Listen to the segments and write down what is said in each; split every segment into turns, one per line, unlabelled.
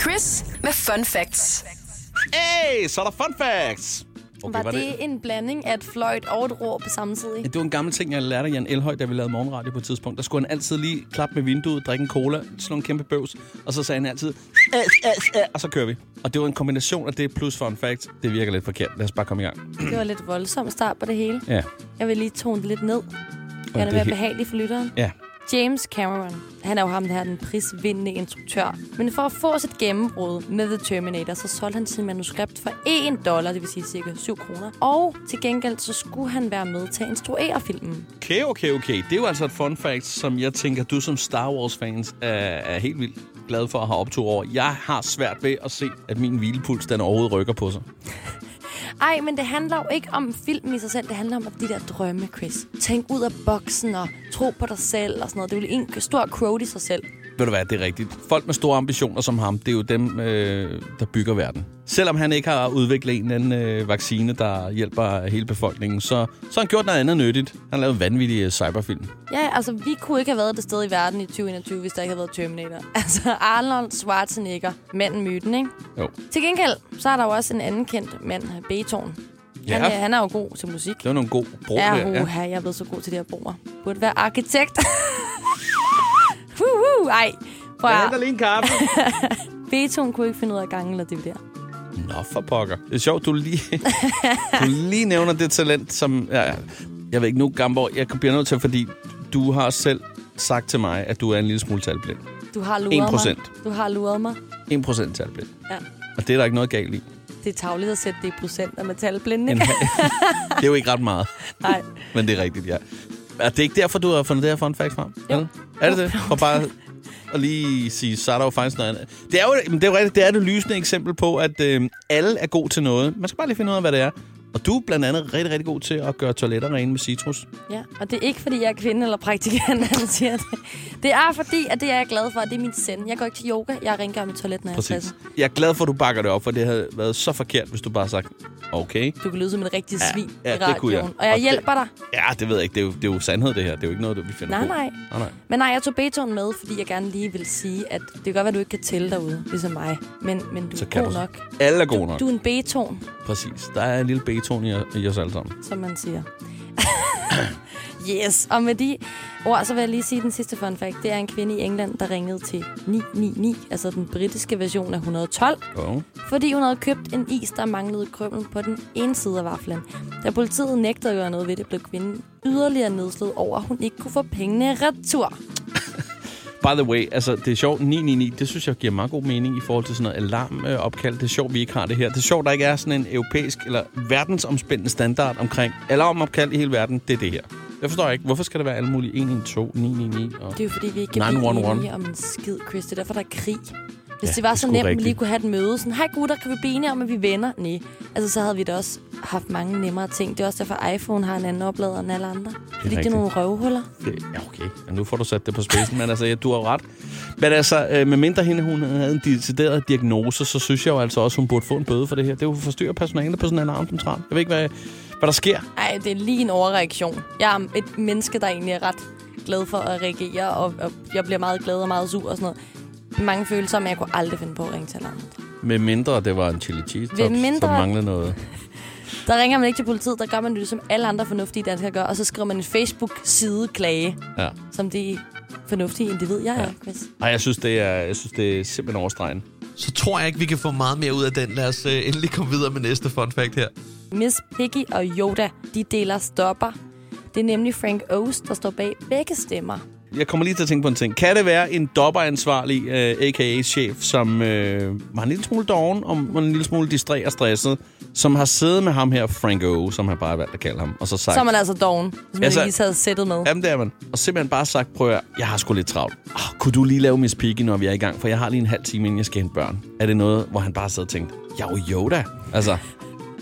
Chris med fun facts.
Hey, så er der fun facts.
Okay, var det en blanding af et fløjt og et råb samtidig?
Det var en gammel ting, jeg lærte af Jan Elhøj, da vi lavede morgenradio på et tidspunkt. Der skulle han altid lige klappe med vinduet, drikke en cola, sådan nogle kæmpe bøvs. Og så sagde han altid, "Æs, æs, æ," og så kører vi. Og det var en kombination af det plus fun fact. Det virker lidt forkert. Lad os bare komme i gang.
Det var lidt voldsom start på det hele.
Ja,
Jeg vil lige tone det lidt ned.
det
Gerne
er
være
helt-
behagelig for lytteren.
ja.
James Cameron, han er jo ham, der er den prisvindende instruktør. Men for at få sit gennembrud med The Terminator, så solgte han sit manuskript for 1 dollar, det vil sige cirka 7 kroner. Og til gengæld, så skulle han være med til at instruere filmen.
Okay, okay, okay. Det er jo altså et fun fact, som jeg tænker, du som Star Wars-fans er, er helt vildt glad for at have optog over. Jeg har svært ved at se, at min hvilepuls den overhovedet rykker på sig.
Ej, men det handler jo ikke om filmen i sig selv. Det handler om de der drømme, Chris. Tænk ud af boksen og tro på dig selv og sådan noget. Det er jo en stor quote i sig selv.
Ved du hvad, det er rigtigt. Folk med store ambitioner som ham, det er jo dem, øh, der bygger verden. Selvom han ikke har udviklet en eller anden øh, vaccine, der hjælper hele befolkningen, så, så har han gjort noget andet nyttigt. Han har lavet vanvittige øh, cyberfilm.
Ja, altså, vi kunne ikke have været det sted i verden i 2021, hvis der ikke havde været Terminator. Altså, Arnold Schwarzenegger, manden myten, ikke?
Jo.
Til gengæld, så er der jo også en anden kendt mand, Beethoven.
Ja.
Ja. Han, er- han er jo god til musik.
Det var nogle gode brug
Ja,
der.
uha, jeg er blevet så god til det her broer. Burde være arkitekt. Huhu, ej. Prøv at,
lige en kaffe.
Beethoven kunne ikke finde ud af gangen eller det der.
Nå, for pokker. Det er sjovt, du lige, du lige nævner det talent, som... Ja, jeg ved ikke nu, Gamborg, jeg bliver nødt til, fordi du har selv sagt til mig, at du er en lille smule talblind.
Du har luret
1%.
mig. Du har luret mig.
1% talblind.
Ja.
Og det er der ikke noget galt i.
Det er tavligt at sætte det i procenter med talblinde.
En
ikke?
halv- det er jo ikke ret meget,
Nej.
men det er rigtigt, ja. Er det ikke derfor, du har fundet det her fun fact frem?
Jo.
Eller? Er det det? For bare at lige sige, så er der jo faktisk noget andet. Det er jo, men det er jo rigtigt, det er det lysende eksempel på, at øh, alle er god til noget. Man skal bare lige finde ud af, hvad det er. Og du er blandt andet rigtig, rigtig god til at gøre toiletter rene med citrus.
Ja, og det er ikke, fordi jeg er kvinde eller praktikant, han siger det. Det er, fordi at det er jeg glad for, og det er min send. Jeg går ikke til yoga, jeg rengør mit toilet, når jeg er stresset.
Jeg er glad for, at du bakker det op, for det havde været så forkert, hvis du bare havde sagt, okay.
Du kan lyde som en rigtig
Ja,
svin
ja,
i
det kunne jeg.
radioen. Og jeg
Og det-
hjælper dig.
Ja, det ved jeg ikke. Det er jo, det er jo sandhed, det her. Det er jo ikke noget, vi finder
Nej,
på.
nej.
nej, nej.
Men nej, jeg tog Beethoven med, fordi jeg gerne lige vil sige, at det kan godt være, at du ikke kan tælle derude, ligesom mig. Men, men du
Så
er
kan
god
du-
nok.
Alle er gode nok.
Du er en Beethoven,
Præcis. Der er en lille beton i, i os alle sammen.
som man siger. yes, og med de ord, så vil jeg lige sige den sidste fun fact. Det er en kvinde i England, der ringede til 999, altså den britiske version af 112,
Jo.
fordi hun havde købt en is, der manglede krømmel på den ene side af vaflen. Da politiet nægtede at gøre noget ved det, blev kvinden yderligere nedslået over, at hun ikke kunne få pengene retur.
By the way, altså, det er sjovt. 999, det synes jeg giver meget god mening i forhold til sådan noget alarmopkald. Det er sjovt, vi ikke har det her. Det er sjovt, der ikke er sådan en europæisk eller verdensomspændende standard omkring alarmopkald i hele verden. Det er det her. Jeg forstår ikke, hvorfor skal der være alle mulige 112, 999 og...
Det er jo fordi, vi ikke kan
911.
blive enige om en skid, Chris. Det er derfor, der er krig. Hvis
Ja,
ja, det var
det er
så
sgu
nemt, at vi
rigtigt.
lige kunne have et møde. Sådan, hej gutter, kan vi blive enige om, at vi er venner? Nej. Altså, så havde vi da også haft mange nemmere ting. Det er også derfor, iPhone har en anden oplader end alle andre. Fordi det er
rigtigt.
nogle røvhuller.
Det, ja, okay. Ja, nu får du sat det på spidsen, men altså, ja, du har jo ret. Men altså, øh, med mindre hende, hun havde en decideret diagnose, så synes jeg jo altså også, hun burde få en bøde for det her. Det er jo forstyrre personalet på sådan en alarmcentral. Jeg ved ikke, hvad, hvad der sker.
Ej, det er lige en overreaktion. Jeg er et menneske, der egentlig er ret glad for at reagere, og, og jeg bliver meget glad og meget sur og sådan noget. Mange følelser, men jeg kunne aldrig finde på at ringe til alle andre.
Med mindre det var en chili cheese
Ved
tops, mindre...
mindre-
der manglede noget.
Der ringer man ikke til politiet, der gør man det, som alle andre fornuftige danskere gør, og så skriver man en Facebook-side klage.
Ja.
som det fornuftige individ, jeg
Ja.
er, Chris.
Ej, jeg synes, det er, jeg synes, det er simpelthen overstregen.
Så tror jeg ikke, vi kan få meget mere ud af den. Lad os øh, endelig komme videre med næste fun fact her.
Miss Piggy og Yoda, de deler stopper. Det er nemlig Frank Oz, der står bag begge stemmer.
Jeg kommer lige til at tænke på en ting. Kan det være en dobberansvarlig, øh, a.k.a. chef, som øh, var en lille smule doven og og en lille smule distræt og stresset, som har siddet med ham her, Franco, som han bare har valgt at kalde ham, og så sagt...
Så er man altså doven, hvis man
Altså-
altså, lige havde sættet med.
Jamen, det er man. Og simpelthen bare sagt, prøv at høre, jeg har sgu lidt travlt. Oh, kunne du lige lave Miss Piggy, når vi er i gang? For jeg har lige en halv time, inden jeg skal hente børn. Er det noget, hvor han bare sidder og tænkt, jeg er jo Yoda. Altså,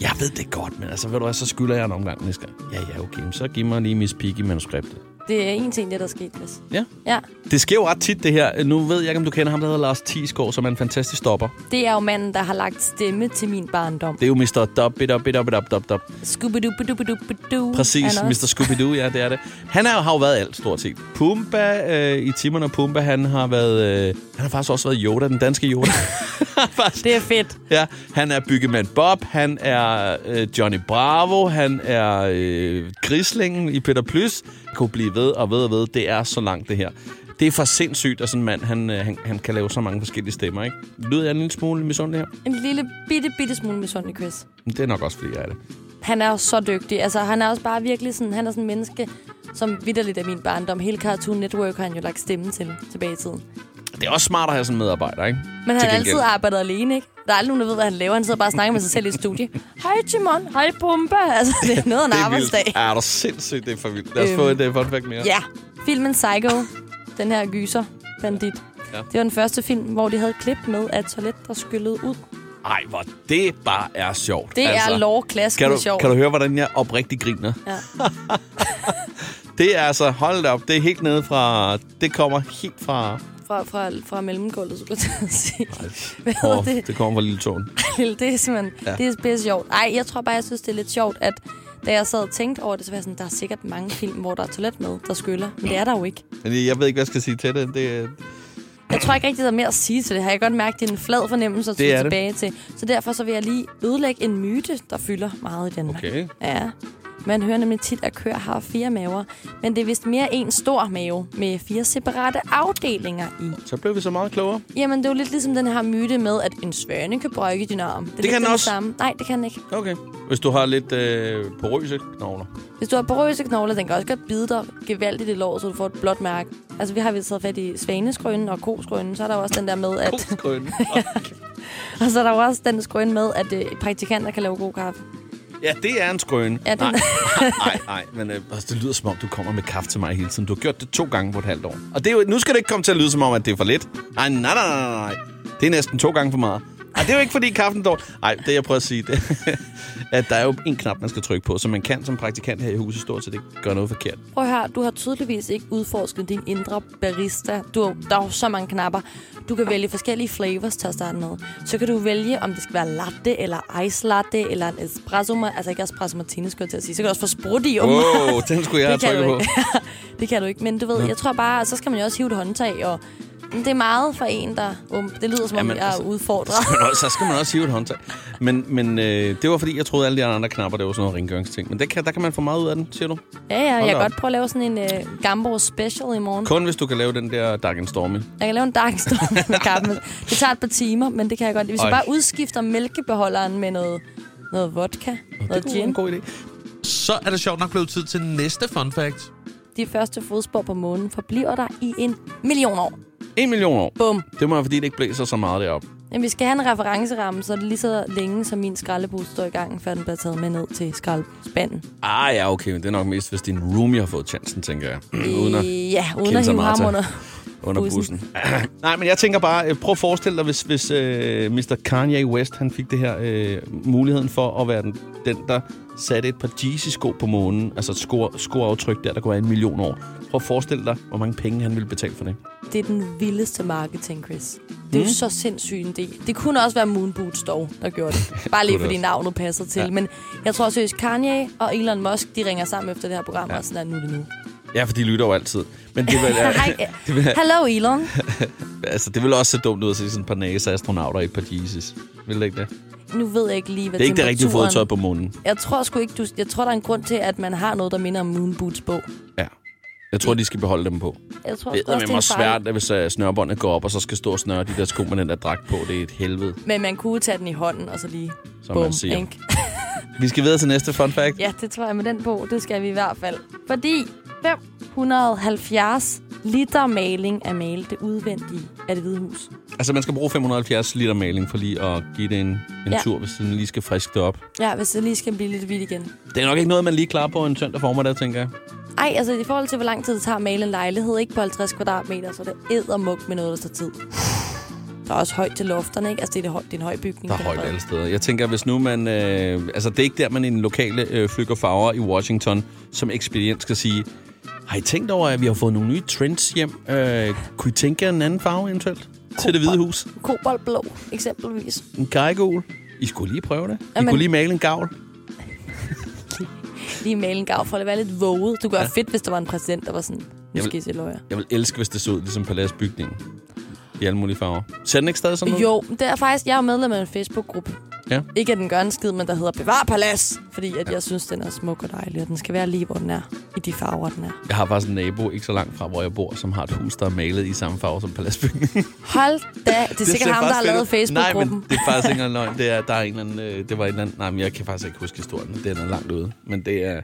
jeg ved det godt, men altså, ved du hvad, så skylder jeg en omgang næste gang. Ja, ja, okay, men så giv mig lige Miss Piggy manuskriptet.
Det er en ting, det der er sket, Mads.
Ja.
Ja,
Det sker jo ret tit, det her. Nu ved jeg ikke, om du kender ham, der hedder Lars Thiesgaard, som er en fantastisk stopper.
det er jo manden, der har lagt stemme til min barndom.
Det er jo Mr. Dub, it up, it up, it up, dub, dub.
Scooby-doo-ba-doo-ba-doo.
Præcis, Mr. Scooby-Doo, ja, det er det. Han er, har jo været alt, stort set. Pumba øh, i timerne, og Pumba, han har været... Øh, han har faktisk også været Yoda, den danske Yoda. Faktisk.
Det er fedt.
Ja, han er byggemand Bob, han er øh, Johnny Bravo, han er øh, grislingen i Peter Plys. Jeg kunne blive ved og ved og ved. Det er så langt, det her. Det er for sindssygt, at sådan en mand, han, øh, han, han kan lave så mange forskellige stemmer, ikke? Lyder jeg en lille smule misundelig her?
En lille bitte, bitte smule misundelig Chris.
Men Det er nok også, fordi jeg er det.
Han er jo så dygtig. Altså, han er også bare virkelig sådan, han er sådan en menneske, som vidderligt er min barndom. Hele Cartoon Network har han jo lagt stemme til tilbage i tiden.
Det er også smart at have sådan en medarbejder, ikke?
Men han
Til
har
gengæld.
altid arbejdet alene, ikke? Der er aldrig nogen, der ved, hvad han laver. Han sidder bare og snakker med sig selv i et studie. Hej, Timon. Hej, Pumba. Altså, det er noget af en
Det er
arbejdsdag.
vildt. Ja, det er sindssygt, det er for vildt. Lad os
Øhm,
få et uh, fun fact mere.
Ja. Filmen Psycho, den her gyser bandit.
Ja.
Ja. Det var den første film, hvor de havde et klip med, at toilet der skyllede ud.
Ej, hvor det bare er sjovt.
Det altså, er
kan
lovklassen
du,
sjovt.
kan du høre, hvordan jeg oprigtigt griner?
Ja.
Det er altså, hold da op, det er helt nede fra... Det kommer helt fra...
Fra, fra, fra mellemgulvet, skulle jeg til at sige. Hvad hedder
Åh, det?
det?
det kommer fra lille tårn.
Det, det er simpelthen,
Ja.
ja. det er pisse sjovt. Ej, jeg tror bare, jeg synes, det er lidt sjovt, at da jeg sad og tænkte over det, så var jeg sådan, der er sikkert mange film, hvor der er toilet med, der skyller. Men det er der jo ikke.
Men Jeg ved ikke, hvad jeg skal sige til det. det
Jeg tror ikke rigtig, der er mere at sige til det her. Jeg kan godt mærke, at det er en flad fornemmelse at
Det
tage
er det.
tilbage til. Så derfor så vil jeg lige ødelægge en myte, der fylder meget i Danmark.
Okay.
Ja. Man hører nemlig tit, at køer har fire maver, men det er vist mere en stor mave med fire separate afdelinger i.
så blev vi så meget klogere.
Jamen, det er jo lidt ligesom den her myte med, at en svane kan brygge din arm. Det, er lidt
kan den
den
også.
Samme. Nej, det kan den ikke.
Okay. Hvis du har lidt øh, porøse knogler.
Hvis du har porøse knogler, den kan også godt bide dig gevaldigt i låret, så du får et blåt mærke. Altså, vi har vist taget fat i svaneskrønen og koskrønen, så er der jo også den der med, at...
Kostgrønne.
Og så er der jo også den skrøn med, at øh, praktikanter kan lave god kaffe.
Ja, det er en skrøne.
Ja, den-
nej, nej, nej, men øh, altså, det lyder som om, du kommer med kaffe til mig hele tiden. Du har gjort det to gange på et halvt år. Og det er jo, nu skal det ikke komme til at lyde som om, at det er for lidt. Ej, nej, nej, nej, nej, nej. Det er næsten to gange for meget. Ej, det er jo ikke, fordi kaffen er dårlig. Nej, det jeg prøver at sige, det, at der er jo en knap, man skal trykke på, så man kan som praktikant her i huset stort set ikke gøre noget forkert.
Prøv at høre, du har tydeligvis ikke udforsket din indre barista. Du har, der er jo så mange knapper. Du kan vælge forskellige flavors til at starte med. Så kan du vælge, om det skal være latte, eller ice latte, eller en espresso. ma- Altså ikke espresso martini, skulle jeg til at sige. Så kan du også få sprut i.
Wow, den skulle jeg
Det
have
kan
trykket
du ikke. det kan du ikke, men du ved, jeg tror bare, så skal man jo også hive et håndtag, og det er meget for en, der... Um, det lyder som om,
Jamen,
jeg er
altså-
udfordret.
Men også- så skal man også hive et håndtag. Men, men øh, det var fordi, jeg troede, alle de andre knapper, det var sådan noget rengøringsting. Men det kan, der kan man få meget ud af den, siger du?
Ja, ja, jeg
da
kan
op.
godt prøve at lave sådan en uh, Gambo special i morgen.
Kun hvis du kan lave den der Dark and Stormy.
Jeg kan lave en dark storm med kaffen. Det tager et par timer, men det kan jeg godt. Hvis
Oj.
jeg bare udskifter mælkebeholderen med noget, noget vodka, noget
Det er en
gin.
god idé.
Så er det sjovt nok blevet tid til næste fun fact.
De første fodspor på månen forbliver der i en million år.
En million år.
Bum.
Det må være, fordi det ikke blæser så meget deroppe.
Men vi skal have en referenceramme, så det er lige så længe, som min skraldebus står i gangen, før den bliver taget med ned til skraldespanden.
Ah ja, okay, men det er nok mest, hvis din roomie har fået chancen, tænker jeg. uden at,
ja, uden
kende
at
sig
hive
meget til.
ham under.
under bussen.
Bussen.
Nej, men jeg tænker bare, øh, prøv at forestille dig, hvis, hvis øh, Mr. Kanye West han fik det her øh, muligheden for at være den, den, der satte et par Yeezy-sko på månen. Altså et sko, skoaftryk der, der kunne være en million år. Prøv at forestille dig, hvor mange penge han ville betale for det.
Det er den vildeste marketing, Chris. Det er jo
Mm.
så sindssygt en idé. Det kunne også være Moonboots dog, der gjorde det. Bare lige
Kunne det
fordi
også.
navnet passer til.
Ja.
Ja. Men jeg tror seriøst, Kanye og Elon Musk, de ringer sammen efter det her program,
Ja.
ja. og sådan er nu er det nu.
Ja, for de lytter jo altid. Men det vil,
Hej,
det vil,
Hello Elon.
altså, det vil også se dumt ud at se sådan et par NASA-astronauter i et par Yeezys. Vil det ikke det?
Nu ved jeg ikke lige, hvad
Det er ikke det rigtige
temperaturen-
fodtøj på månen.
Jeg tror sgu ikke, du... Jeg tror, der er en grund til, at man har noget, der minder om Moonboots bog.
Ja. Jeg tror, de skal beholde dem på.
Jeg tror
Det
sgu
er
også,
med
det er en
mig
fejl.
svært, at hvis uh, snørbåndet går op, og så skal stå og snøre de der sko med den der dragt på. Det er et helvede,
Men man kunne tage den i hånden, og så lige...
som man siger.
ikke?
Vi skal videre til næste fun fact.
Ja, det tror jeg med den på. Det skal vi i hvert fald. Fordi 570 liter maling er malet det udvendige af det hvide hus.
Altså, man skal bruge 570 liter maling for lige at give det en, en ja.
Ja.
tur, hvis den lige skal friske det op.
Ja, hvis det lige skal blive lidt vildt igen.
Det er nok ikke noget, man lige klarer på en søndag formiddag, tænker jeg.
Ej, altså i forhold til, hvor lang tid det tager at male en lejlighed, ikke på 50 kvadratmeter, så er det eddermuk med noget, der tager tid. Der er også højt til lofterne, ikke? Altså, det er, det høj, det er en høj bygning.
Der er
det
højt
høj.
alle steder. Jeg tænker, hvis nu man... Øh, altså, det er ikke der, man i den lokale øh, flygger farver i Washington som ekspedient skal sige, Har I tænkt over, at vi har fået nogle nye trends hjem? Øh, kunne I tænke jer en anden farve eventuelt? Til det hvide hus?
Koboldblå, eksempelvis.
En kajgul? I skulle lige prøve det. I
Jamen-
kunne lige male en gavl.
Lige male en gav for at være lidt våget. Du gør ja. fedt, hvis der var en præsident, der var sådan, nu
Jeg vil-
skal I se løjer.
Jeg vil elske, hvis det så ud ligesom paladsbygningen. I alle mulige farver. Ser den ikke stadig sådan ud?
Jo, det er faktisk, jeg er jo medlem af en Facebook-gruppe.
Ja.
Ikke at den gør en skid, men der hedder Bevar Palads. Fordi at jeg synes, den er smuk og dejlig, og den skal være lige, hvor den er. I de farver, den er.
Jeg har faktisk en nabo ikke så langt fra, hvor jeg bor, som har et hus, der er malet i samme farve som paladsbygningen.
Hold da, det er sikkert ham, der har lavet
Nej,
Facebook-gruppen.
men det er faktisk ikke engang løgn. Det er, der er en eller anden, øh, det var en eller anden, nej, men jeg kan faktisk ikke huske historien. Den er langt ude. Men det er,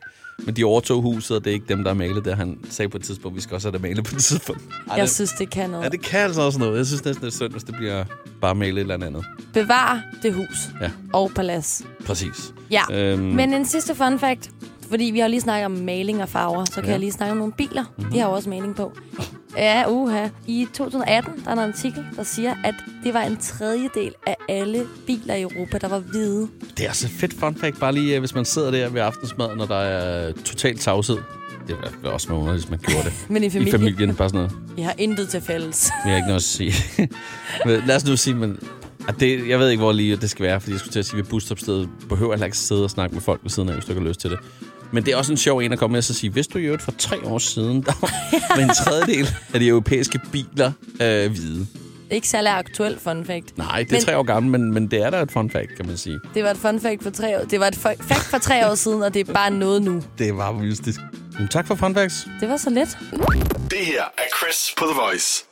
men de overtog huset, og det er ikke dem, der har malet det. Han sagde på et tidspunkt, vi skal også have det malet på et tidspunkt. Ej,
Jeg
det-
synes, det kan noget.
Ja, det kan altså også noget. Jeg synes næsten, det er synd, hvis det bliver bare malet et eller andet.
Bevar det hus
Ja.
og palads.
Præcis.
Ja,
Øhm,
men en sidste fun fact. Fordi vi har jo lige snakket om maling og farver, så kan
Ja. Mhm.
jeg lige snakke om nogle biler. De har jo også maling på. Ja, uha. I 2018, der er en artikel, der siger, at det var en tredjedel af alle biler i Europa, der var hvide.
Det er altså et fedt fun fact, bare lige, øh, hvis man sidder der ved aftensmad, når der er totalt tavshed. Det var også noget, hvis man gjorde det.
Men i
I
familien,
familien, bare sådan noget.
I har intet til fælles.
Vi har ikke noget at sige. Men Lad os nu sige, men... at Det, jeg ved ikke, hvor lige det skal være, fordi jeg skulle til at sige, at ved busstopstedet behøver heller ikke sidde og snakke med folk ved siden af, hvis du ikke har lyst til det. Men det er også en sjov en at komme med og så sige, hvis du i øvrigt for tre år siden, der var en tredjedel af de europæiske biler øh, hvide.
Ikke særlig aktuelt fun fact.
Nej, det er men,
Men-
tre år gammel, men, men det er da et fun fact, kan man sige.
Det var et fun fact for tre år. Det var et fu- fact for tre år siden, og det er bare noget nu.
Det var mystisk. Men tak for fun facts.
Det var så let.
Det her er Chris på The Voice.